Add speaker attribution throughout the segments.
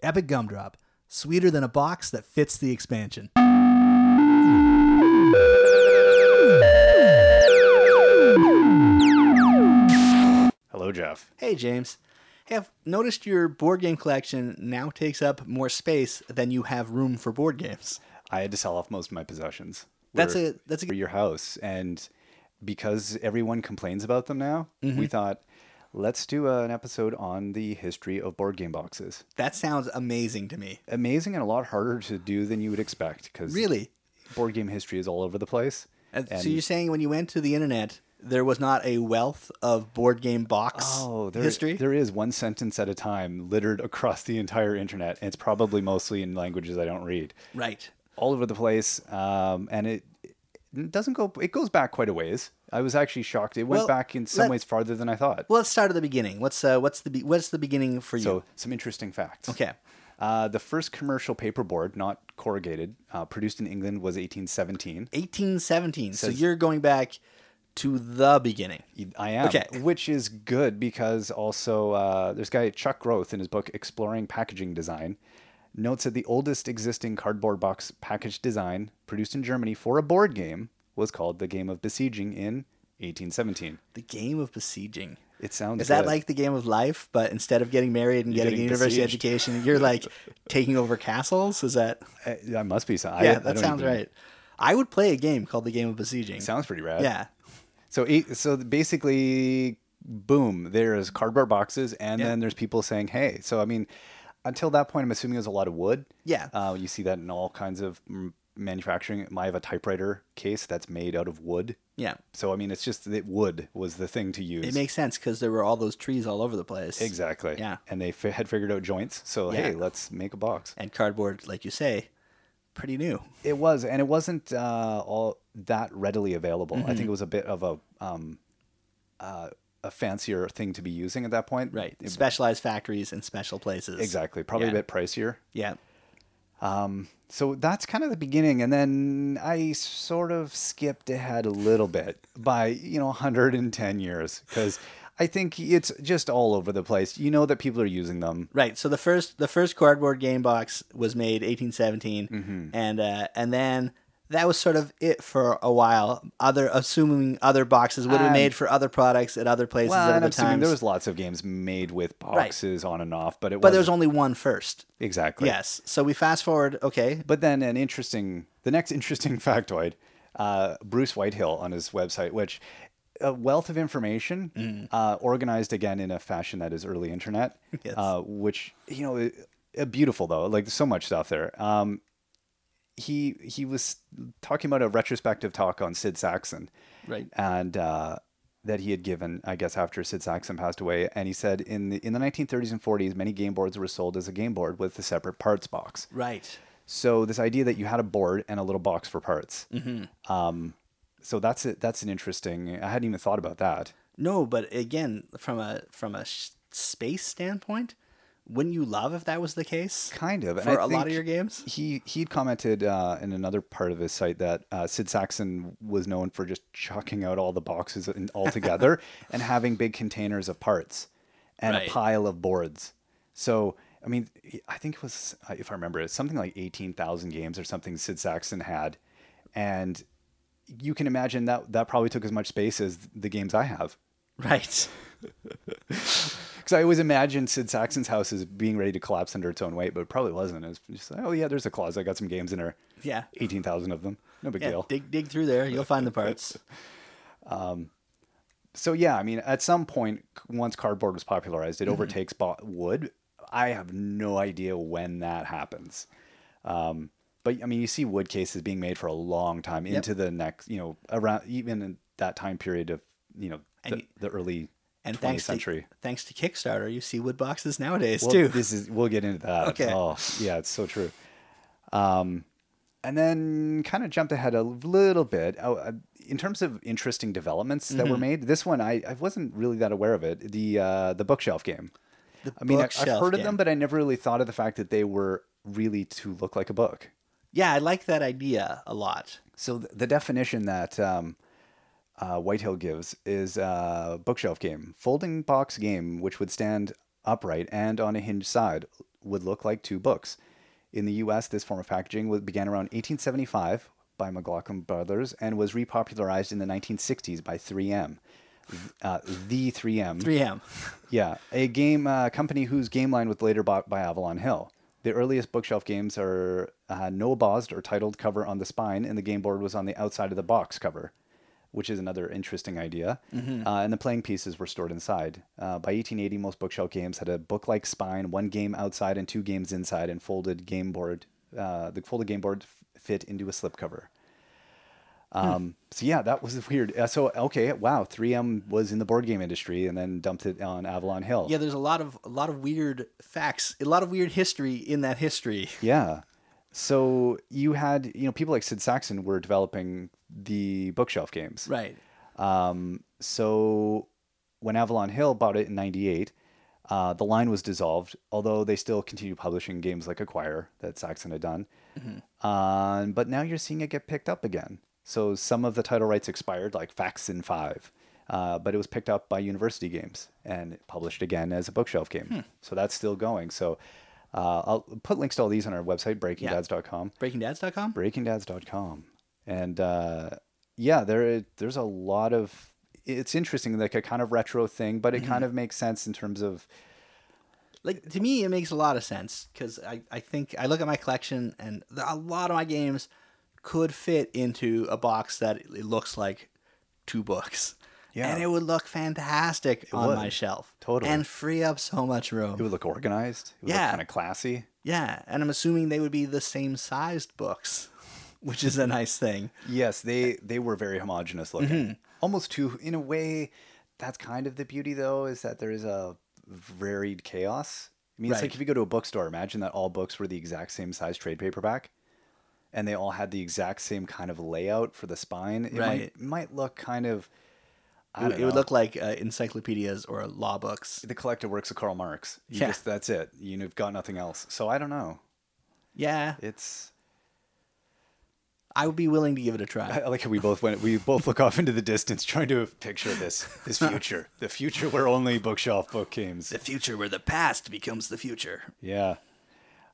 Speaker 1: Epic Gumdrop, sweeter than a box that fits the expansion.
Speaker 2: Hello, Jeff.
Speaker 1: Hey, James. Hey, I've noticed your board game collection now takes up more space than you have room for board games.
Speaker 2: I had to sell off most of my possessions.
Speaker 1: That's
Speaker 2: We're-
Speaker 1: a that's a
Speaker 2: for your house, and because everyone complains about them now,
Speaker 1: Mm-hmm.
Speaker 2: we thought let's do an episode on the history of board game boxes.
Speaker 1: that sounds amazing to me.
Speaker 2: Amazing and a lot harder to do than you would expect because
Speaker 1: Really?
Speaker 2: board game history is all over the place.
Speaker 1: And so you're saying when you went to the internet, there was not a wealth of board game box
Speaker 2: Oh, there,
Speaker 1: history?
Speaker 2: there is one sentence at a time littered across the entire internet, and it's probably mostly in languages I don't read.
Speaker 1: Right.
Speaker 2: all over the place, um, and it, it doesn't go. It goes back quite a ways. I was actually shocked. It went
Speaker 1: Well,
Speaker 2: back in some
Speaker 1: let-
Speaker 2: ways farther than I thought.
Speaker 1: Well, let's start at the beginning. What's uh, what's the be- what's the beginning for you?
Speaker 2: so some interesting facts.
Speaker 1: okay.
Speaker 2: Uh, the first commercial paperboard, not corrugated, uh, produced in England was 1817.
Speaker 1: 1817. so
Speaker 2: Says-
Speaker 1: you're going back to the beginning.
Speaker 2: E, I am,
Speaker 1: Okay.
Speaker 2: which is good because also uh, there's a guy Chuck Roth in his book Exploring Packaging Design notes that the oldest existing cardboard box package design produced in Germany for a board game was called the Game of Besieging in 1817.
Speaker 1: The game of besieging.
Speaker 2: It sounds
Speaker 1: Is that
Speaker 2: good.
Speaker 1: like the game of life, but instead of getting married and getting,
Speaker 2: getting
Speaker 1: a university
Speaker 2: besieged.
Speaker 1: education, you're like taking over castles? Is that
Speaker 2: Uh, That must be something.
Speaker 1: Yeah, that sounds right. I would play a game called the game of besieging.
Speaker 2: Sounds pretty rad.
Speaker 1: yeah.
Speaker 2: So eight, so basically, boom. There's cardboard boxes, and
Speaker 1: Yeah.
Speaker 2: then there's people saying, "Hey." So I mean, until that point, I'm assuming it was a lot of wood.
Speaker 1: Yeah.
Speaker 2: Uh, you see that in all kinds of mm, manufacturing. I have a typewriter case that's made out of wood.
Speaker 1: Yeah.
Speaker 2: So I mean, it's just that wood was the thing to use.
Speaker 1: It makes sense because there were all those trees all over the place.
Speaker 2: exactly.
Speaker 1: Yeah.
Speaker 2: And they fi- had figured out joints. So
Speaker 1: Yeah.
Speaker 2: hey, let's make a box.
Speaker 1: And cardboard, like you say, pretty new.
Speaker 2: It was, and it wasn't uh, all that readily available. I
Speaker 1: Mm-hmm.
Speaker 2: think it was a bit of a um, uh, a fancier thing to be using at that point.
Speaker 1: Right.
Speaker 2: It-
Speaker 1: Specialized factories and special places.
Speaker 2: exactly. Probably
Speaker 1: Yeah.
Speaker 2: a bit pricier.
Speaker 1: Yeah.
Speaker 2: So that's kind of the beginning, and then I sort of skipped ahead a little bit by you know 110 years because I think it's just all over the place. You know that people are using them.
Speaker 1: Right. So the first the first cardboard game box was made 1817,
Speaker 2: Mm-hmm.
Speaker 1: and uh, and then that was sort of it for a while. Other assuming other boxes would have
Speaker 2: Um,
Speaker 1: been made for other products at other places
Speaker 2: Well,
Speaker 1: at
Speaker 2: and
Speaker 1: other
Speaker 2: I'm assuming
Speaker 1: times.
Speaker 2: there was lots of games made with boxes on and off, but it
Speaker 1: but there was
Speaker 2: was
Speaker 1: only one first.
Speaker 2: exactly
Speaker 1: Yes. So we fast forward. Okay.
Speaker 2: But then an interesting, the next interesting factoid, uh, Bruce Whitehill on his website, which a wealth of information, uh, organized again in a fashion that is early internet,
Speaker 1: Yes.
Speaker 2: uh, which you know, uh, beautiful though, like so much stuff there. Um, he he was talking about a retrospective talk on Sid Saxon,
Speaker 1: Right.
Speaker 2: and uh, that he had given, I guess, after Sid Saxon passed away. And he said in the in the 1930s and 40s, many game boards were sold as a game board with a separate parts box.
Speaker 1: Right.
Speaker 2: So this idea that you had a board and a little box for parts. Um, so that's it. That's an interesting. I hadn't even thought about that.
Speaker 1: No, but again, from a from a sh- space standpoint, wouldn't you love if that was the case
Speaker 2: Kind of.
Speaker 1: for a lot of your games?
Speaker 2: He he'd commented uh, in another part of his site that uh, Sid Saxon was known for just chucking out all the boxes in- all together and having big containers of parts and
Speaker 1: Right.
Speaker 2: a pile of boards. So I mean, I think it was uh, if I remember, it's something like eighteen thousand games or something Sid Saxon had, and you can imagine that that probably took as much space as the games I have.
Speaker 1: Right.
Speaker 2: Because I always imagined Sid Saxon's house as being ready to collapse under its own weight, but it probably wasn't. It was just like, oh yeah, there's a closet. I got some games in there.
Speaker 1: Yeah.
Speaker 2: eighteen thousand of them. No big
Speaker 1: Yeah.
Speaker 2: deal.
Speaker 1: Dig dig through there. You'll find the parts.
Speaker 2: so yeah, I mean, at some point, c- once cardboard was popularized,
Speaker 1: Mm-hmm.
Speaker 2: it overtakes bo- wood. I have no idea when that happens. Um, but I mean, you see wood cases being made for a long time into the next, you know, around even in that time period of you know the,
Speaker 1: And-
Speaker 2: the early
Speaker 1: And
Speaker 2: 20th
Speaker 1: thanks
Speaker 2: century.
Speaker 1: to thanks to Kickstarter, you see wood boxes nowadays
Speaker 2: well,
Speaker 1: too.
Speaker 2: This is we'll get into that.
Speaker 1: Okay.
Speaker 2: Oh, yeah, it's so true. Um, and then kind of jumped ahead a little bit oh, uh, in terms of interesting developments that
Speaker 1: Mm-hmm.
Speaker 2: were made. This one I, I wasn't really that aware of it. The uh, the bookshelf game.
Speaker 1: The
Speaker 2: I mean, I, I've
Speaker 1: bookshelf
Speaker 2: heard of
Speaker 1: game.
Speaker 2: them, but I never really thought of the fact that they were really to look like a book.
Speaker 1: Yeah, I like that idea a lot.
Speaker 2: So th- the definition that um, uh, Whitehill gives is uh, bookshelf game, folding box game, which would stand upright and on a hinge side, would look like two books. In the US, this form of packaging was, began around 1875 by McLaughlin Brothers and was repopularized in the 1960s by 3M. Uh, the 3M.
Speaker 1: 3M.
Speaker 2: Yeah, a game uh, company whose game line was later bought by Avalon Hill. The earliest bookshelf games are uh, no bossed or titled cover on the spine, and the game board was on the outside of the box cover, which is another interesting idea. Uh, and the playing pieces were stored inside. Uh, by 1880, most bookshelf games had a book-like spine, one game outside and two games inside, and folded game board. Uh, the folded game board f- fit into a slipcover. Um, So yeah, that was weird. Uh, so okay, wow, 3M was in the board game industry and then dumped it on Avalon Hill.
Speaker 1: Yeah, there's a lot of a lot of weird facts, a lot of weird history in that history.
Speaker 2: Yeah. So you had, you know, people like Sid Saxon were developing the bookshelf games.
Speaker 1: Right.
Speaker 2: Um, so when Avalon Hill bought it in 98, uh, the line was dissolved, although they still continue publishing games like Acquire that Saxon had done. Uh, but now you're seeing it get picked up again. So some of the title rights expired, like Faxon 5, uh, but it was picked up by University Games and published again as a bookshelf game. So that's still going. So uh, I'll put links to all these on our website, breakingdads.com
Speaker 1: Breakingdads.com.
Speaker 2: breakingdads.com and uh, yeah there there's a lot of it's interesting like a kind of retro thing but it kind of makes sense in terms of
Speaker 1: Like to me, it makes a lot of sense because I, I think I look at my collection and th- a lot of my games could fit into a box that it looks like two books.
Speaker 2: Yeah.
Speaker 1: And it would look fantastic on
Speaker 2: would.
Speaker 1: my shelf.
Speaker 2: Totally.
Speaker 1: And free up so much room.
Speaker 2: it would look organized it would
Speaker 1: Yeah.
Speaker 2: look kind of classy
Speaker 1: Yeah, and I'm assuming they would be the same sized books, which is a nice thing.
Speaker 2: yes they they were very homogenous looking
Speaker 1: Mm-hmm.
Speaker 2: almost too in a way that's kind of the beauty though is that there is a varied chaos i mean it's
Speaker 1: Right.
Speaker 2: like if you go to a bookstore imagine that all books were the exact same size trade paperback and they all had the exact same kind of layout for the spine it might,
Speaker 1: Right.
Speaker 2: it might look kind of I
Speaker 1: It,
Speaker 2: don't
Speaker 1: it would
Speaker 2: know.
Speaker 1: look like uh, encyclopedias or law books.
Speaker 2: the collected works of Karl Marx. You
Speaker 1: Yeah.
Speaker 2: just that's it. You've got nothing else. So I don't know.
Speaker 1: Yeah,
Speaker 2: It's
Speaker 1: I would be willing to give it a
Speaker 2: I
Speaker 1: try.
Speaker 2: I like how we both went we both look off into the distance trying to picture this this future. the future where only bookshelf book games.
Speaker 1: The future where the past becomes the future.
Speaker 2: Yeah.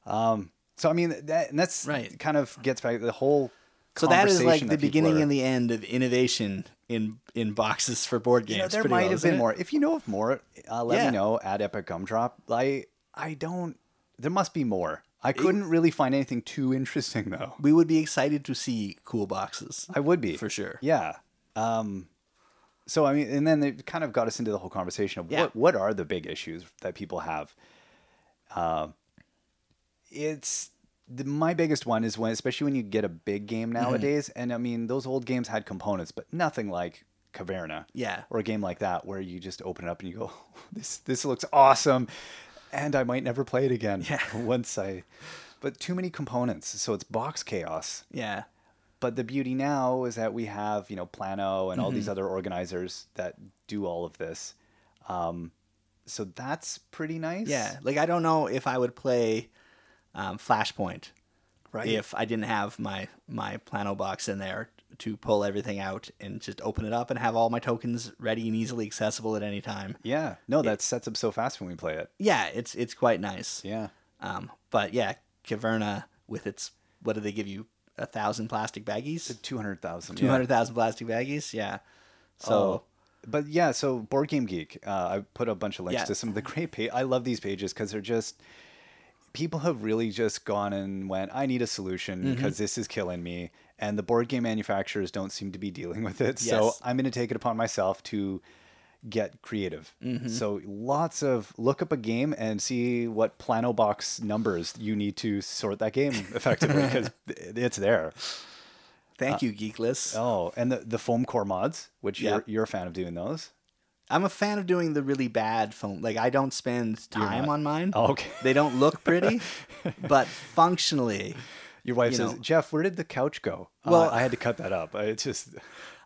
Speaker 2: Um so I mean that and that's
Speaker 1: Right.
Speaker 2: kind of gets back to the whole
Speaker 1: So that is like
Speaker 2: conversation
Speaker 1: the
Speaker 2: that people
Speaker 1: beginning
Speaker 2: are-
Speaker 1: and the end of innovation in in boxes for board games.
Speaker 2: you know, there
Speaker 1: pretty
Speaker 2: might
Speaker 1: well,
Speaker 2: have
Speaker 1: isn't
Speaker 2: been
Speaker 1: it?
Speaker 2: more. If you know of more, uh, let
Speaker 1: Yeah.
Speaker 2: me know at Epic Gumdrop. I I don't there must be more. I couldn't really find anything too interesting though.
Speaker 1: We would be excited to see cool boxes.
Speaker 2: I would be
Speaker 1: For sure.
Speaker 2: Yeah. Um, so I mean, and then it kind of got us into the whole conversation of
Speaker 1: Yeah.
Speaker 2: what what are the big issues that people have. Um, it's the, my biggest one is when, especially when you get a big game
Speaker 1: Mm-hmm.
Speaker 2: nowadays, and I mean, those old games had components, but nothing like Caverna.
Speaker 1: Yeah.
Speaker 2: Or a game like that where you just open it up and you go, this this looks awesome, and I might never play it again.
Speaker 1: Yeah.
Speaker 2: Once I, but too many components, so it's box chaos.
Speaker 1: Yeah.
Speaker 2: But the beauty now is that we have, you know, Plano and all
Speaker 1: Mm-hmm.
Speaker 2: these other organizers that do all of this. Um, so that's pretty nice.
Speaker 1: Yeah. Like I don't know if I would play um, Flashpoint
Speaker 2: Right.
Speaker 1: if I didn't have my my plano box in there to pull everything out and just open it up and have all my tokens ready and easily accessible at any time.
Speaker 2: Yeah. No, that sets up so fast when we play it.
Speaker 1: Yeah, it's it's quite nice.
Speaker 2: Yeah.
Speaker 1: Um, but yeah, Caverna with its what do they give you a thousand plastic baggies?
Speaker 2: 200,000.
Speaker 1: Two hundred thousand plastic baggies. Yeah. So
Speaker 2: Oh, But yeah, so Board Game Geek, uh, I put a bunch of links
Speaker 1: Yeah.
Speaker 2: to some of the great pages. I love these pages because they're just people have really just gone and went. I need a solution
Speaker 1: Mm-hmm.
Speaker 2: because this is killing me, and the board game manufacturers don't seem to be dealing with it. So
Speaker 1: Yes.
Speaker 2: I'm going to take it upon myself to get creative.
Speaker 1: Mm-hmm.
Speaker 2: So lots of look up a game and see what Plano box numbers you need to sort that game effectively because it's there.
Speaker 1: thank you, Geekless.
Speaker 2: Oh, and the the foam core mods, which
Speaker 1: Yeah.
Speaker 2: you're you're a fan of doing those.
Speaker 1: I'm a fan of doing the really bad phone. Like I don't spend time
Speaker 2: not-
Speaker 1: on mine.
Speaker 2: Oh, okay.
Speaker 1: They don't look pretty, but functionally,
Speaker 2: Your wife
Speaker 1: you
Speaker 2: says,
Speaker 1: know.
Speaker 2: "Jeff, where did the couch go?" Well,
Speaker 1: Well-
Speaker 2: I had to cut that up. I it's just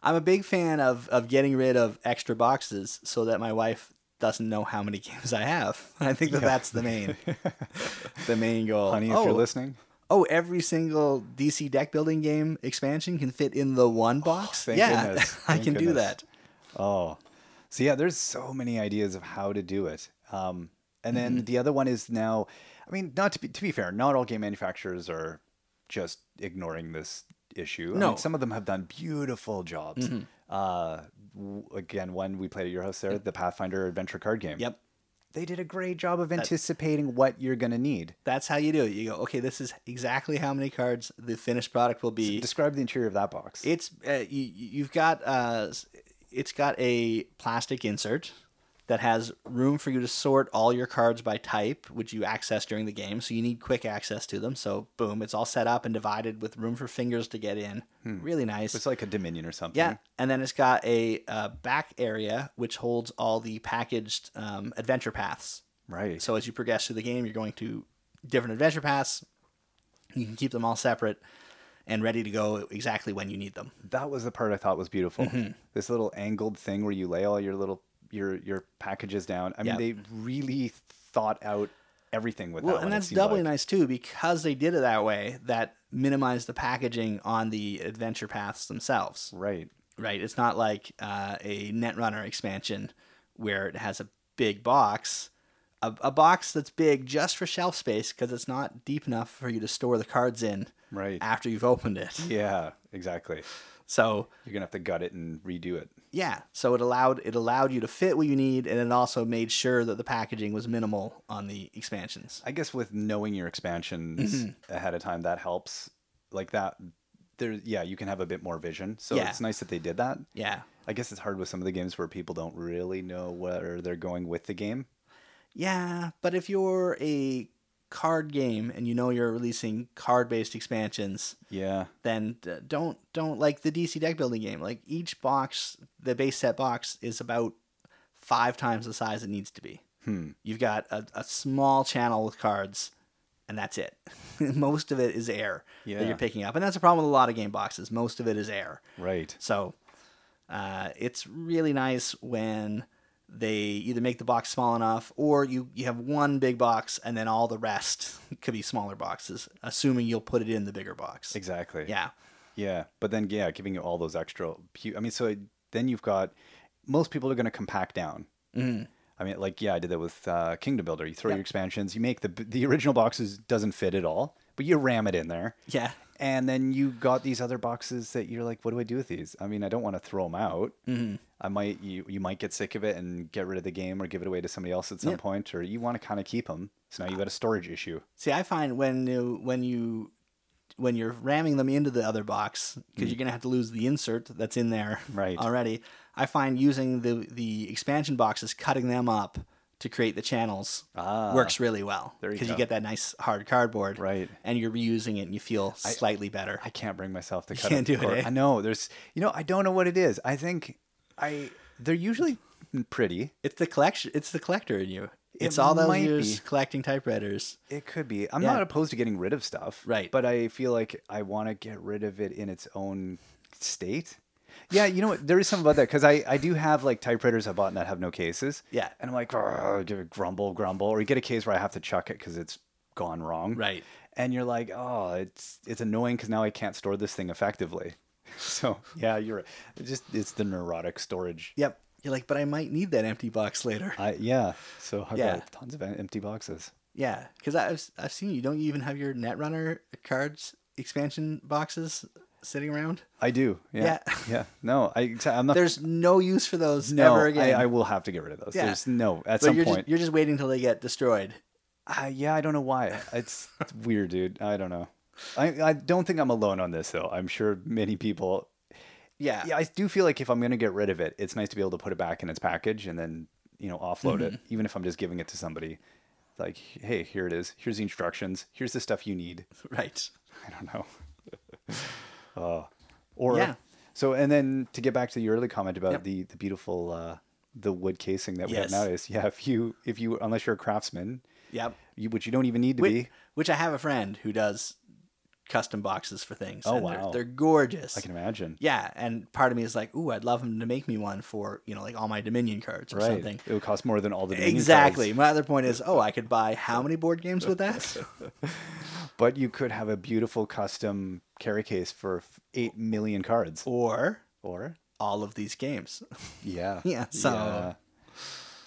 Speaker 1: I'm a big fan of of getting rid of extra boxes so that my wife doesn't know how many games I have. I think that that's the main the main goal.
Speaker 2: honey, if
Speaker 1: oh,
Speaker 2: you're listening,
Speaker 1: oh, every single DC deck building game expansion can fit in the one box.
Speaker 2: Oh, thank
Speaker 1: yeah,
Speaker 2: goodness.
Speaker 1: I
Speaker 2: Thank
Speaker 1: can do
Speaker 2: goodness.
Speaker 1: that.
Speaker 2: oh, Mm-hmm. so yeah, there's so many ideas of how to do it. Um, and then the other one is now I mean, not to be to be fair, not all game manufacturers are just ignoring this issue. I
Speaker 1: No.
Speaker 2: mean, some of them have done beautiful jobs. Uh, w- again, when we played at your house there, the Pathfinder adventure card game.
Speaker 1: Yep.
Speaker 2: They did a great job of anticipating what you're going to need.
Speaker 1: That's how you do it. You go, okay, this is exactly how many cards the finished product will be.
Speaker 2: Describe the interior of that box.
Speaker 1: It's uh, you, you've got uh, s- it's got a plastic insert that has room for you to sort all your cards by type, which you access during the game. So you need quick access to them. So boom, it's all set up and divided with room for fingers to get in. Really nice.
Speaker 2: It's like a Dominion or something.
Speaker 1: yeah, and then it's got a uh, back area which holds all the packaged um, adventure paths.
Speaker 2: Right.
Speaker 1: So as you progress through the game, you're going to different adventure paths. You can keep them all separate and ready to go exactly when you need them.
Speaker 2: that was the part I thought was beautiful.
Speaker 1: Mm-hmm.
Speaker 2: This little angled thing where you lay all your little your your packages down. I mean,
Speaker 1: Yeah.
Speaker 2: they really thought out everything with
Speaker 1: Well,
Speaker 2: that.
Speaker 1: and
Speaker 2: one, it
Speaker 1: that's
Speaker 2: seemed
Speaker 1: doubly
Speaker 2: like.
Speaker 1: nice too because they did it that way. That minimized the packaging on the adventure paths themselves.
Speaker 2: right.
Speaker 1: Right, it's not like uh, a Netrunner expansion where it has a big box, a, a box that's big just for shelf space because it's not deep enough for you to store the cards in
Speaker 2: Right.
Speaker 1: after you've opened it.
Speaker 2: Yeah, exactly.
Speaker 1: So
Speaker 2: You're gonna have to gut it and redo it.
Speaker 1: yeah, so it allowed it allowed you to fit what you need, and it also made sure that the packaging was minimal on the expansions.
Speaker 2: I guess with knowing your expansions
Speaker 1: Mm-hmm.
Speaker 2: ahead of time, that helps. Like that, there. Yeah, you can have a bit more vision. So
Speaker 1: Yeah.
Speaker 2: it's nice that they did that.
Speaker 1: Yeah,
Speaker 2: I guess it's hard with some of the games where people don't really know where they're going with the game.
Speaker 1: Yeah, but if you're a card game and you know you're releasing card-based expansions,
Speaker 2: Yeah.
Speaker 1: then d- don't don't like the DC deck building game. Like each box, the base set box is about five times the size it needs to be. Hmm. You've got a, a small channel with cards, and that's it. Most of it is air
Speaker 2: Yeah.
Speaker 1: that you're picking up, and that's a problem with a lot of game boxes. Most of it is air.
Speaker 2: Right.
Speaker 1: So uh, it's really nice when they either make the box small enough or you, you have one big box and then all the rest could be smaller boxes, assuming you'll put it in the bigger box.
Speaker 2: Exactly.
Speaker 1: Yeah.
Speaker 2: Yeah, but then yeah, giving you all those extra. pu- I mean, so then you've got most people are going to compact down.
Speaker 1: Mm-hmm.
Speaker 2: Mm. I mean, like yeah, I did that with uh, Kingdom Builder. You throw your expansions, you make the the original boxes doesn't fit at all, but you ram it in there,
Speaker 1: Yeah.
Speaker 2: and then you got these other boxes that you're like, what do I do with these? I mean, I don't want to throw them out.
Speaker 1: Mm-hmm.
Speaker 2: I might you you might get sick of it and get rid of the game or give it away to somebody else at some point, or you want to kind of keep them. So now you got a storage issue.
Speaker 1: See, I find when you, when you when you're ramming them into the other box because you're going to have to lose the insert that's in there
Speaker 2: Mm. Right.
Speaker 1: already. I find using the the expansion boxes, cutting them up to create the channels
Speaker 2: Ah.
Speaker 1: works really well
Speaker 2: you
Speaker 1: because you
Speaker 2: go.
Speaker 1: get that nice hard cardboard,
Speaker 2: Right.
Speaker 1: And you're reusing it, and you feel slightly better.
Speaker 2: I can't bring myself to cut
Speaker 1: can't
Speaker 2: a
Speaker 1: do it,
Speaker 2: cor-
Speaker 1: eh?
Speaker 2: I know there's you know I don't know what it is. I think I they're usually pretty.
Speaker 1: it's the collection. It's the collector in you. It's
Speaker 2: It
Speaker 1: all those
Speaker 2: might
Speaker 1: years
Speaker 2: be.
Speaker 1: collecting typewriters.
Speaker 2: It could be. I'm
Speaker 1: Yeah.
Speaker 2: not opposed to getting rid of stuff.
Speaker 1: Right.
Speaker 2: But I feel like I want to get rid of it in its own state. Yeah, you know what? There is something about that because I, I do have like typewriters I bought that have no cases.
Speaker 1: Yeah.
Speaker 2: And I'm like, "Argh," give it grumble, grumble. Or you get a case where I have to chuck it because it's gone wrong.
Speaker 1: Right.
Speaker 2: And you're like, oh, it's it's annoying because now I can't store this thing effectively. So yeah, you're right. It's just it's the neurotic storage.
Speaker 1: Yep. You're like, but I might need that empty box later.
Speaker 2: I, yeah. So I've
Speaker 1: Yeah.
Speaker 2: got tons of em- empty boxes.
Speaker 1: yeah, because I've I've seen you. Don't you even have your Netrunner cards expansion boxes sitting around?
Speaker 2: I do. Yeah.
Speaker 1: Yeah.
Speaker 2: Yeah. No, I I'm not
Speaker 1: There's no use for those
Speaker 2: no,
Speaker 1: ever again.
Speaker 2: I, I will have to get rid of those.
Speaker 1: Yeah.
Speaker 2: There's no
Speaker 1: but
Speaker 2: at some
Speaker 1: you're
Speaker 2: point.
Speaker 1: just, you're just waiting till they get destroyed.
Speaker 2: Uh, yeah, I don't know why. It's weird, dude. I don't know. I, I don't think I'm alone on this though. I'm sure many people.
Speaker 1: Yeah.
Speaker 2: Yeah, I do feel like if I'm gonna get rid of it, it's nice to be able to put it back in its package and then you know offload it,
Speaker 1: Mm-hmm.
Speaker 2: even if I'm just giving it to somebody. Like, hey, here it is. Here's the instructions. Here's the stuff you need.
Speaker 1: Right.
Speaker 2: I don't know. uh, or
Speaker 1: Yeah.
Speaker 2: so, and then to get back to your early comment about
Speaker 1: Yep.
Speaker 2: the the beautiful uh, the wood casing that we
Speaker 1: Yes.
Speaker 2: have nowadays. Yeah, if you if you unless you're a craftsman,
Speaker 1: Yep.
Speaker 2: you, which you don't even need to
Speaker 1: Which,
Speaker 2: be.
Speaker 1: which I have a friend who does custom boxes for things.
Speaker 2: Oh,
Speaker 1: and they're,
Speaker 2: wow.
Speaker 1: they're gorgeous.
Speaker 2: I can imagine.
Speaker 1: Yeah, and part of me is like, ooh, I'd love him to make me one for you know like all my Dominion cards or
Speaker 2: Right.
Speaker 1: something.
Speaker 2: It would cost more than all the menu cards.
Speaker 1: Exactly. My other point is, oh, I could buy how many board games with that?
Speaker 2: But you could have a beautiful custom carry case for f- eight million cards.
Speaker 1: or
Speaker 2: Or
Speaker 1: all of these games.
Speaker 2: yeah,
Speaker 1: Yeah, so-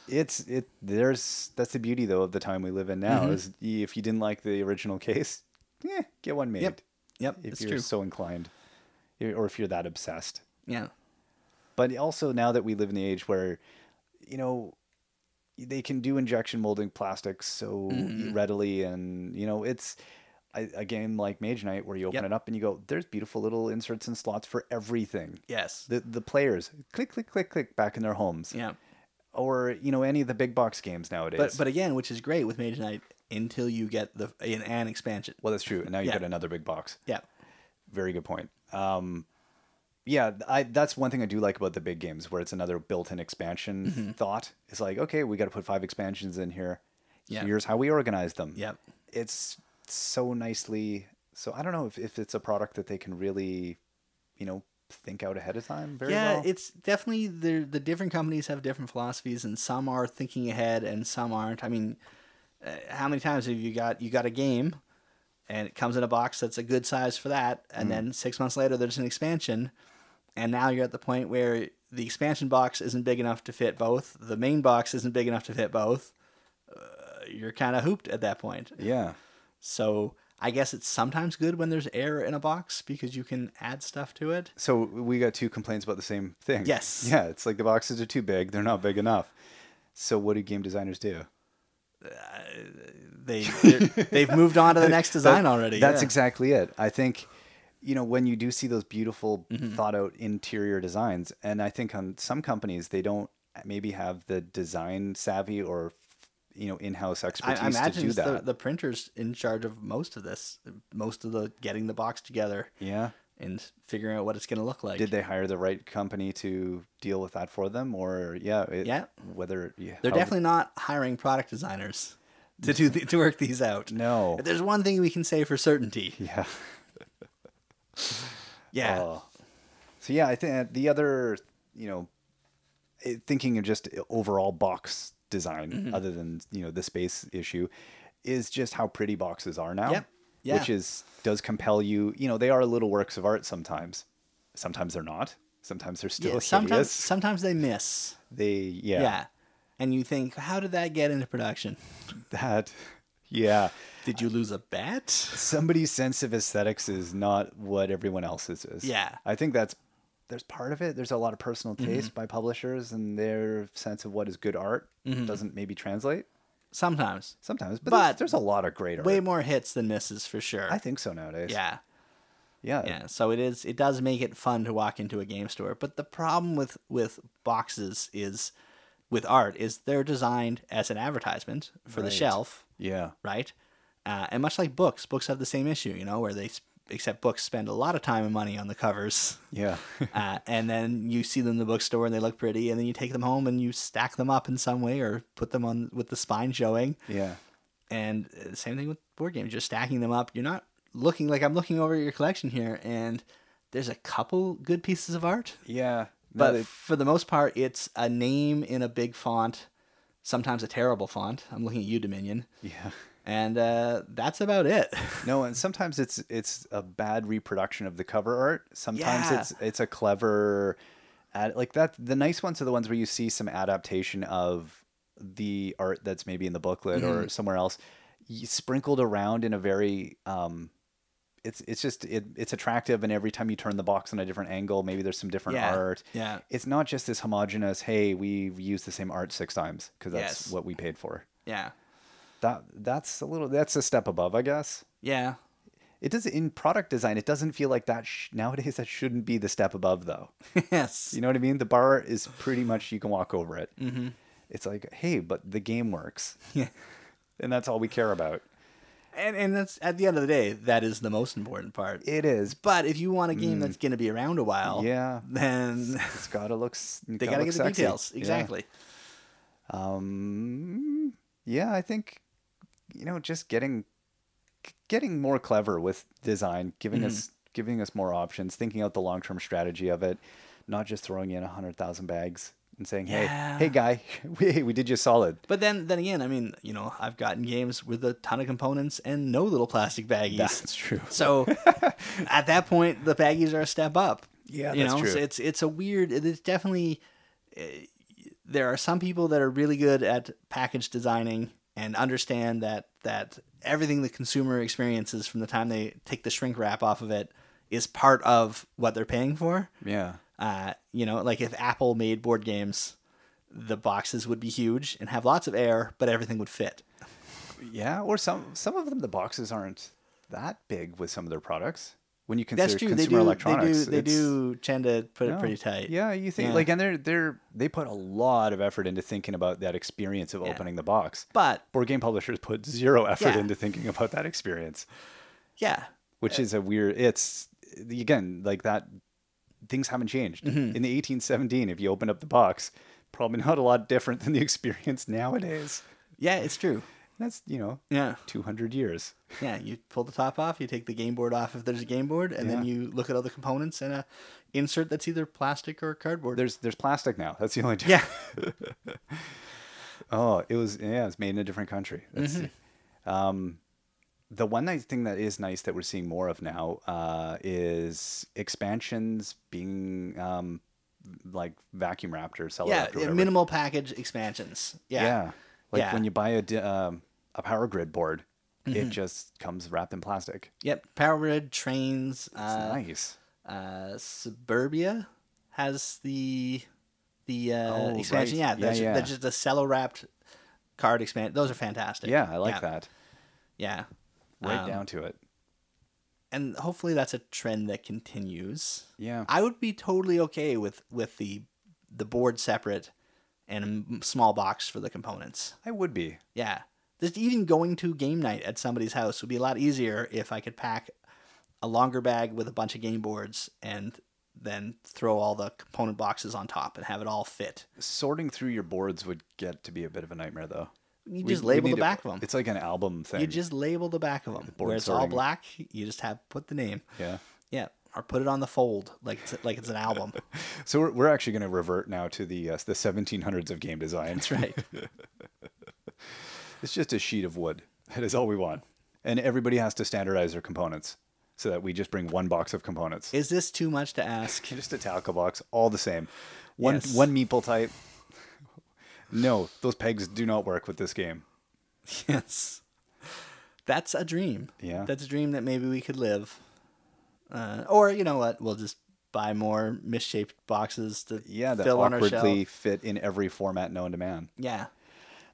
Speaker 2: it's it there's that's the beauty though of the time we live in
Speaker 1: Mm-hmm.
Speaker 2: now is if you didn't like the original case, eh, get one made.
Speaker 1: Yep. Yep.
Speaker 2: If
Speaker 1: it's
Speaker 2: you're
Speaker 1: true.
Speaker 2: so inclined, or if you're that obsessed.
Speaker 1: yeah.
Speaker 2: But also now that we live in the age where, you know, they can do injection molding plastics so
Speaker 1: Mm-hmm.
Speaker 2: readily, and you know it's a, a game like Mage Knight where you open
Speaker 1: Yep.
Speaker 2: it up and you go, there's beautiful little inserts and slots for everything.
Speaker 1: Yes.
Speaker 2: The the players click click click click back in their homes.
Speaker 1: Yeah.
Speaker 2: Or you know any of the big box games nowadays.
Speaker 1: But but again, which is great with Mage Knight until you get the an, an expansion.
Speaker 2: well, that's true. And now you've
Speaker 1: Yeah.
Speaker 2: got another big box.
Speaker 1: Yeah.
Speaker 2: Very good point. Um, yeah, I that's one thing I do like about the big games where it's another built-in expansion
Speaker 1: Mm-hmm.
Speaker 2: thought. It's like, okay, we got to put five expansions in here.
Speaker 1: Yeah.
Speaker 2: Here's how we organize them.
Speaker 1: Yep.
Speaker 2: It's so nicely. So I don't know if, if it's a product that they can really, you know, think out ahead of time very
Speaker 1: yeah,
Speaker 2: well.
Speaker 1: it's definitely the the different companies have different philosophies, and some are thinking ahead, and some aren't. I mean, uh, how many times have you got you got a game, and it comes in a box that's a good size for that,
Speaker 2: Mm.
Speaker 1: and then six months later there's an expansion, and now you're at the point where the expansion box isn't big enough to fit both, the main box isn't big enough to fit both. Uh, you're kind of hooped at that point.
Speaker 2: yeah.
Speaker 1: So I guess it's sometimes good when there's air in a box because you can add stuff to it.
Speaker 2: So we got two complaints about the same thing.
Speaker 1: Yes.
Speaker 2: Yeah, it's like the boxes are too big. They're not big enough. So what do game designers do?
Speaker 1: they they're- they've moved on to the next design already.
Speaker 2: That's
Speaker 1: yeah.
Speaker 2: exactly it. I think, you know, when you do see those beautiful
Speaker 1: Mm-hmm.
Speaker 2: thought out interior designs, and I think on some companies they don't maybe have the design savvy or you know in house
Speaker 1: I, I
Speaker 2: expertise to
Speaker 1: imagine
Speaker 2: do
Speaker 1: it's the,
Speaker 2: that.
Speaker 1: the printers in charge of most of this, most of the getting the box together
Speaker 2: yeah.
Speaker 1: and figuring out what it's going to look like.
Speaker 2: Did they hire the right company to deal with that for them, or yeah, it,
Speaker 1: Yeah.
Speaker 2: whether yeah,
Speaker 1: They're
Speaker 2: how-
Speaker 1: definitely not hiring product designers to do the, to work these out.
Speaker 2: no,
Speaker 1: If there's one thing we can say for certainty,
Speaker 2: yeah.
Speaker 1: yeah,
Speaker 2: Uh, so yeah, I think uh, the other, you know, eh, thinking of just overall box design,
Speaker 1: Mm-hmm.
Speaker 2: other than you know the space issue, is just how pretty boxes are now.
Speaker 1: Yep. Yeah.
Speaker 2: Which is does compel you. You know, they are little works of art sometimes. Sometimes they're not. Sometimes they're still
Speaker 1: yeah.
Speaker 2: hideous.
Speaker 1: Sometimes sometimes they miss.
Speaker 2: they yeah,
Speaker 1: Yeah. and you think, how did that get into production?
Speaker 2: that yeah.
Speaker 1: Did you lose a bet?
Speaker 2: Somebody's sense of aesthetics is not what everyone else's is.
Speaker 1: Yeah.
Speaker 2: I think that's there's part of it. There's a lot of personal taste by publishers, and their sense of what is good art doesn't maybe translate
Speaker 1: Sometimes,
Speaker 2: sometimes. But,
Speaker 1: But
Speaker 2: there's, there's a lot of great art.
Speaker 1: way more hits than misses for sure.
Speaker 2: I think so nowadays.
Speaker 1: yeah.
Speaker 2: yeah,
Speaker 1: yeah so it is it does make it fun to walk into a game store but the problem with with boxes is with art is they're designed as an advertisement for the
Speaker 2: Right.
Speaker 1: shelf
Speaker 2: yeah.
Speaker 1: right uh, and much like books books have the same issue you know where they s- except books spend a lot of time and money on the covers
Speaker 2: yeah.
Speaker 1: uh, and then you see them in the bookstore and they look pretty and then you take them home and you stack them up in some way or put them on with the spine showing
Speaker 2: Yeah.
Speaker 1: and uh, same thing with board games, just stacking them up. You're not looking like I'm looking over your collection here, and there's a couple good pieces of art,
Speaker 2: Yeah.
Speaker 1: but
Speaker 2: But
Speaker 1: for the most part, it's a name in a big font, sometimes a terrible font. I'm looking at you, Dominion,
Speaker 2: yeah.
Speaker 1: and uh, that's about it.
Speaker 2: No, and sometimes it's it's a bad reproduction of the cover art. Sometimes
Speaker 1: Yeah.
Speaker 2: it's it's a clever ad, like that the nice ones are the ones where you see some adaptation of the art that's maybe in the booklet
Speaker 1: Mm-hmm.
Speaker 2: or somewhere else y- sprinkled around in a very um it's it's just it, it's attractive and every time you turn the box on a different angle maybe there's some different
Speaker 1: Yeah.
Speaker 2: art
Speaker 1: Yeah.
Speaker 2: it's not just this homogenous hey we use the same art six times because that's
Speaker 1: Yes.
Speaker 2: what we paid for
Speaker 1: yeah,
Speaker 2: that that's a little that's a step above i guess
Speaker 1: yeah,
Speaker 2: it does in product design. It doesn't feel like that sh- nowadays. That shouldn't be the step above, though.
Speaker 1: yes,
Speaker 2: You know what I mean? The bar is pretty much you can walk over it. Mm-hmm. It's like, hey, but the game works,
Speaker 1: yeah.
Speaker 2: and that's all we care about.
Speaker 1: And and that's at the end of the day, that is the most important part.
Speaker 2: It is.
Speaker 1: but if you want a game that's going to be around a while,
Speaker 2: Yeah.
Speaker 1: then
Speaker 2: It's gotta look. s-
Speaker 1: they got
Speaker 2: gotta
Speaker 1: to
Speaker 2: look
Speaker 1: get the
Speaker 2: sexy.
Speaker 1: details
Speaker 2: Yeah.
Speaker 1: exactly.
Speaker 2: Um. Yeah, I think, you know, just getting, getting more clever with design, giving
Speaker 1: Mm-hmm.
Speaker 2: us giving us more options, thinking out the long term strategy of it, not just throwing in a hundred thousand bags and saying,
Speaker 1: Yeah.
Speaker 2: hey, hey, guy, we we did you solid.
Speaker 1: But then, then again, I mean, you know, I've gotten games with a ton of components and no little plastic baggies.
Speaker 2: true.
Speaker 1: So at that point, the baggies are a step up.
Speaker 2: Yeah,
Speaker 1: you
Speaker 2: that's
Speaker 1: know,
Speaker 2: true.
Speaker 1: So it's it's a weird. It's definitely eh, there are some people that are really good at package designing and understand that that everything the consumer experiences from the time they take the shrink wrap off of it is part of what they're paying for.
Speaker 2: Yeah.
Speaker 1: Uh, you know, like if Apple made board games, the boxes would be huge and have lots of air, but everything would fit.
Speaker 2: Yeah. Or some some of them the boxes aren't that big with some of their products. When you consider
Speaker 1: That's true.
Speaker 2: consumer
Speaker 1: They do. They do.
Speaker 2: electronics,
Speaker 1: They
Speaker 2: it's-
Speaker 1: do tend to put it
Speaker 2: No.
Speaker 1: pretty tight.
Speaker 2: Yeah, you think
Speaker 1: Yeah.
Speaker 2: like, and they're they're they put a lot of effort into thinking about that experience of opening the box.
Speaker 1: But
Speaker 2: Board game publishers put zero effort
Speaker 1: Yeah.
Speaker 2: into thinking about that experience,
Speaker 1: yeah,
Speaker 2: which is a weird. It's again like that. Things haven't changed
Speaker 1: Mm-hmm.
Speaker 2: in the 1817. If you opened up the box, probably not a lot different than the experience nowadays.
Speaker 1: yeah, it's true.
Speaker 2: That's you know,
Speaker 1: Yeah.
Speaker 2: 200 years.
Speaker 1: Yeah, you pull the top off, you take the game board off if there's a game board, and then
Speaker 2: Yeah.
Speaker 1: you look at all the components and a insert that's either plastic or cardboard.
Speaker 2: There's there's plastic now. That's the only difference.
Speaker 1: yeah,
Speaker 2: Oh, it was yeah, it's made in a different country. That's
Speaker 1: Mm-hmm.
Speaker 2: um the one nice thing that is nice that we're seeing more of now uh, is expansions being um, like vacuum wrapped or cell
Speaker 1: yeah,
Speaker 2: wrapped or whatever.
Speaker 1: minimal package expansions. Yeah,
Speaker 2: yeah. Like
Speaker 1: Yeah. Mm-hmm.
Speaker 2: when you buy a di- um, a power grid board, it just comes wrapped in plastic.
Speaker 1: yep. Power Grid trains.
Speaker 2: It's
Speaker 1: Uh,
Speaker 2: nice.
Speaker 1: uh, Suburbia has the the uh,
Speaker 2: Oh,
Speaker 1: expansion.
Speaker 2: right.
Speaker 1: Yeah,
Speaker 2: Yeah,
Speaker 1: that's,
Speaker 2: yeah.
Speaker 1: that's just a cello wrapped card expand. Those are fantastic.
Speaker 2: Yeah, I like
Speaker 1: yeah.
Speaker 2: that.
Speaker 1: Yeah,
Speaker 2: Right
Speaker 1: Um,
Speaker 2: down to it.
Speaker 1: and hopefully that's a trend that continues.
Speaker 2: Yeah.
Speaker 1: I would be totally okay with with the the board separate and a m- small box for the components.
Speaker 2: I would be.
Speaker 1: Yeah. Just even going to game night at somebody's house would be a lot easier if I could pack a longer bag with a bunch of game boards and then throw all the component boxes on top and have it all fit.
Speaker 2: Sorting through your boards would get to be a bit of a nightmare though.
Speaker 1: You
Speaker 2: We-
Speaker 1: just
Speaker 2: we
Speaker 1: label the
Speaker 2: need to-
Speaker 1: back of 'em. of them.
Speaker 2: It's like an album thing.
Speaker 1: You just label the back of them.
Speaker 2: board
Speaker 1: Where it's all
Speaker 2: sorting.
Speaker 1: black, you just have put the name.
Speaker 2: yeah.
Speaker 1: Yeah, or put it on the fold like it's like it's an album.
Speaker 2: So we're, we're actually going to revert now to the uh, the 1700s of game design.
Speaker 1: That's right.
Speaker 2: It's just a sheet of wood. That is all we want, and everybody has to standardize their components so that we just bring one box of components.
Speaker 1: Is this too much to ask?
Speaker 2: just a talco box, all the same. One
Speaker 1: Yes.
Speaker 2: one meeple type. No, those pegs do not work with this game.
Speaker 1: Yes. That's a dream.
Speaker 2: Yeah.
Speaker 1: That's a dream that maybe we could live. Uh, or you know what? We'll just buy more misshaped boxes to
Speaker 2: Yeah, that
Speaker 1: fill on our
Speaker 2: awkwardly
Speaker 1: shelf.
Speaker 2: fit in every format known to man.
Speaker 1: Yeah.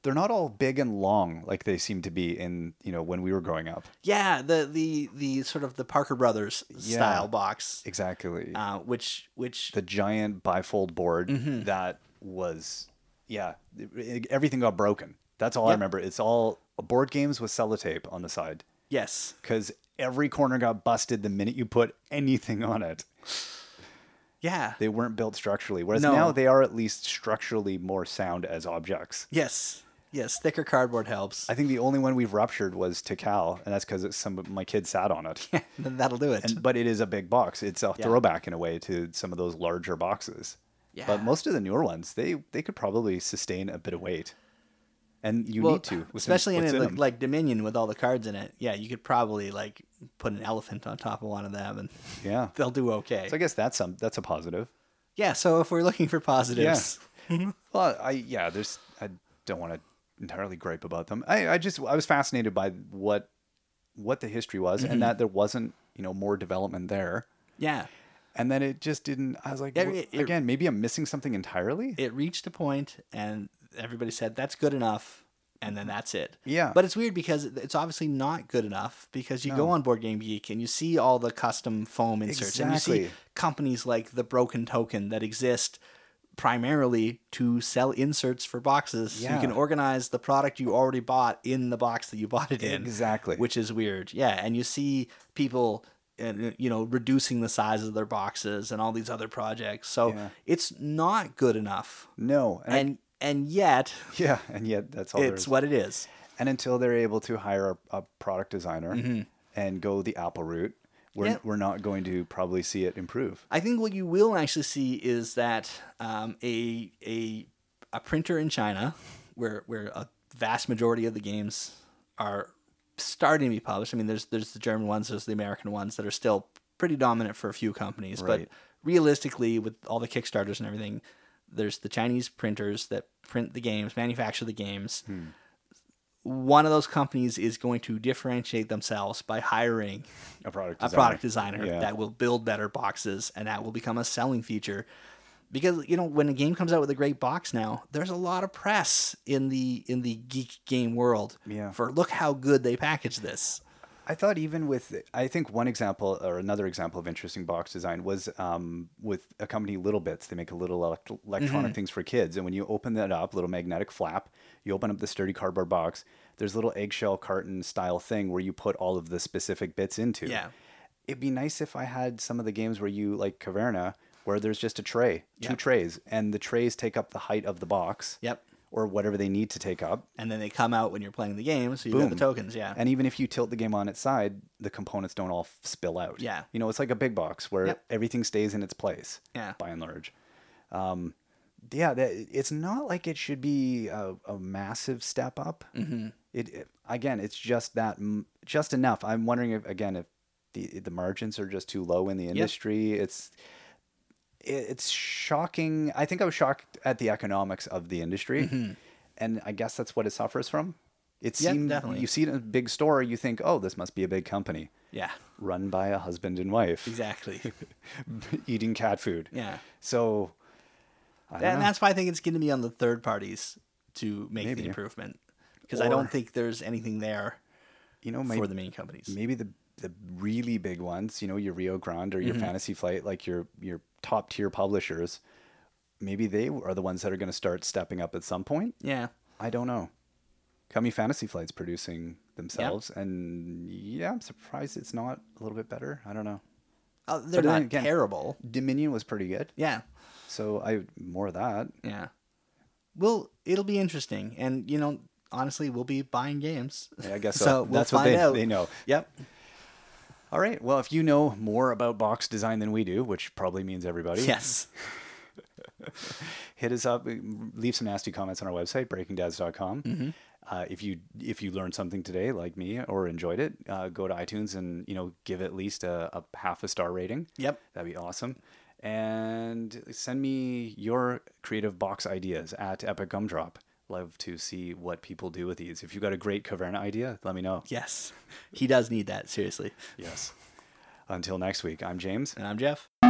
Speaker 2: They're not all big and long like they seem to be in you know when we were growing up.
Speaker 1: Yeah, the the the sort of the Parker Brothers style box.
Speaker 2: Exactly.
Speaker 1: Uh, which which
Speaker 2: the giant bifold board that was yeah it- it- everything got broken that's all i
Speaker 1: Yep.
Speaker 2: remember it's all board games with sellotape on the side
Speaker 1: yes.
Speaker 2: because every corner got busted the minute you put anything on it
Speaker 1: Yeah.
Speaker 2: they weren't built structurally whereas
Speaker 1: No.
Speaker 2: now they are at least structurally more sound as objects
Speaker 1: yes. Yes, thicker cardboard helps.
Speaker 2: i think the only one we've ruptured was tikal and that's because some of my kids sat on it
Speaker 1: Then that'll do it.
Speaker 2: but it is a big box it's a throwback in a way to some of those larger boxes
Speaker 1: Yeah.
Speaker 2: But most of the newer ones, they they could probably sustain a bit of weight, and you
Speaker 1: Well,
Speaker 2: need to, with them-
Speaker 1: especially in,
Speaker 2: what's
Speaker 1: a, like,
Speaker 2: them.
Speaker 1: like Dominion with all the cards in it. Yeah, you could probably like put an elephant on top of one of them and
Speaker 2: yeah.
Speaker 1: they'll do okay.
Speaker 2: So I guess that's some that's a positive.
Speaker 1: Yeah, so if we're looking for positives,
Speaker 2: Well, I yeah, there's I don't want to entirely gripe about them. I I just I was fascinated by what what the history was,
Speaker 1: Mm-hmm.
Speaker 2: and that there wasn't you know more development there,
Speaker 1: yeah.
Speaker 2: and then it just didn't. I was like,
Speaker 1: Yeah,
Speaker 2: "Wha-
Speaker 1: it- it-
Speaker 2: again, maybe I'm missing something entirely.
Speaker 1: it reached a point and everybody said that's good enough and then that's it.
Speaker 2: Yeah.
Speaker 1: But it's weird because it- it's obviously not good enough because you go on Board Game Geek and you see all the custom foam inserts and you see
Speaker 2: Exactly.
Speaker 1: companies like the Broken Token that exist primarily to sell inserts for boxes so you
Speaker 2: Yeah.
Speaker 1: can organize the product you already bought in the box that you bought it in.
Speaker 2: Exactly.
Speaker 1: Which is weird. Yeah, and you see people and you know reducing the size of their boxes and all these other projects. So
Speaker 2: Yeah.
Speaker 1: it's not good enough
Speaker 2: no, and, I- Oh,
Speaker 1: and and yet
Speaker 2: yeah, and yet that's all.
Speaker 1: it's
Speaker 2: there's.
Speaker 1: what it is.
Speaker 2: and until they're able to hire a, a product designer
Speaker 1: Mm-hmm.
Speaker 2: and go the Apple route, we're,
Speaker 1: Yeah.
Speaker 2: we're not going to probably see it improve.
Speaker 1: I think what you will actually see is that um, a a a printer in China, where where a vast majority of the games are starting to be published. I mean, there's there's the German ones, there's the American ones that are still pretty dominant for a few companies, but
Speaker 2: Right.
Speaker 1: realistically, with all the Kickstarters and everything, There's the Chinese printers that print the games, manufacture the games. One of those companies is going to differentiate themselves by hiring
Speaker 2: A product.
Speaker 1: a
Speaker 2: Designer.
Speaker 1: product designer
Speaker 2: Yeah.
Speaker 1: that will build better boxes and that will become a selling feature because you know when a game comes out with a great box now there's a lot of press in the in the geek game world
Speaker 2: Yeah.
Speaker 1: for look how good they package this
Speaker 2: I thought even with I think one example or another example of interesting box design was um, with a company Little Bits. They make a little elect- electronic
Speaker 1: Mm-hmm.
Speaker 2: things for kids, and when you open that up, little magnetic flap, you open up the sturdy cardboard box. There's a little eggshell carton style thing where you put all of the specific bits into.
Speaker 1: Yeah.
Speaker 2: It'd be nice if I had some of the games where you like Caverna, where there's just a tray, two
Speaker 1: Yeah.
Speaker 2: trays, and the trays take up the height of the box.
Speaker 1: Yep.
Speaker 2: Or whatever they need to take up.
Speaker 1: and then they come out when you're playing the game so you
Speaker 2: Boom.
Speaker 1: get the tokens yeah
Speaker 2: And even if you tilt the game on its side, the components don't all f- spill out.
Speaker 1: Yeah.
Speaker 2: You know, it's like a big box where
Speaker 1: Yep.
Speaker 2: everything stays in its place.
Speaker 1: Yeah.
Speaker 2: By and large. Um, yeah, that, it's not like it should be a, a massive step up. Mm-hmm. It, it- again, it's just that m- just enough. I'm wondering if again if the the margins are just too low in the industry. It's it, it's shocking. I think I was shocked at the economics of the industry,
Speaker 1: Mm-hmm.
Speaker 2: and I guess that's what it suffers from. It
Speaker 1: Yeah,
Speaker 2: seemed
Speaker 1: definitely.
Speaker 2: you see it in a big store, you think, oh, this must be a big company
Speaker 1: yeah
Speaker 2: run by a husband and wife
Speaker 1: exactly
Speaker 2: eating cat food.
Speaker 1: yeah
Speaker 2: So, I don't
Speaker 1: and
Speaker 2: know.
Speaker 1: that's why i think it's going to be on the third parties to make
Speaker 2: Maybe.
Speaker 1: the improvement because
Speaker 2: Or-
Speaker 1: i don't think there's anything there
Speaker 2: you know, my,
Speaker 1: for the main companies
Speaker 2: maybe the the really big ones, you know, your Rio Grande or your
Speaker 1: Mm-hmm.
Speaker 2: Fantasy Flight, like your your top tier publishers, maybe they are the ones that are going to start stepping up at some point.
Speaker 1: yeah
Speaker 2: I don't know. Kami Fantasy Flight's producing themselves, and yeah, I'm surprised it's not a little bit better. I don't know.
Speaker 1: Uh, they're
Speaker 2: But then
Speaker 1: not
Speaker 2: again-
Speaker 1: terrible
Speaker 2: Dominion was pretty good,
Speaker 1: yeah
Speaker 2: so I more of that.
Speaker 1: Yeah. Well, it'll be interesting, and you know, honestly, we'll be buying games.
Speaker 2: Yeah, I guess so. That's what they, they know.
Speaker 1: Yep.
Speaker 2: All right. Well, if you know more about box design than we do, which probably means everybody,
Speaker 1: Yes.
Speaker 2: hit us up mm, leave some nasty comments on our website breakingdads.com
Speaker 1: Mm-hmm.
Speaker 2: uh, if you if you learned something today like me or enjoyed it uh, go to itunes and you know give at least a, a half a star rating
Speaker 1: Yep.
Speaker 2: that'd be awesome and send me your creative box ideas at epic gumdrop love to see what people do with these if you've got a great caverna idea let me know
Speaker 1: Yes. He does need that seriously.
Speaker 2: yes until next week i'm james
Speaker 1: And I'm Jeff.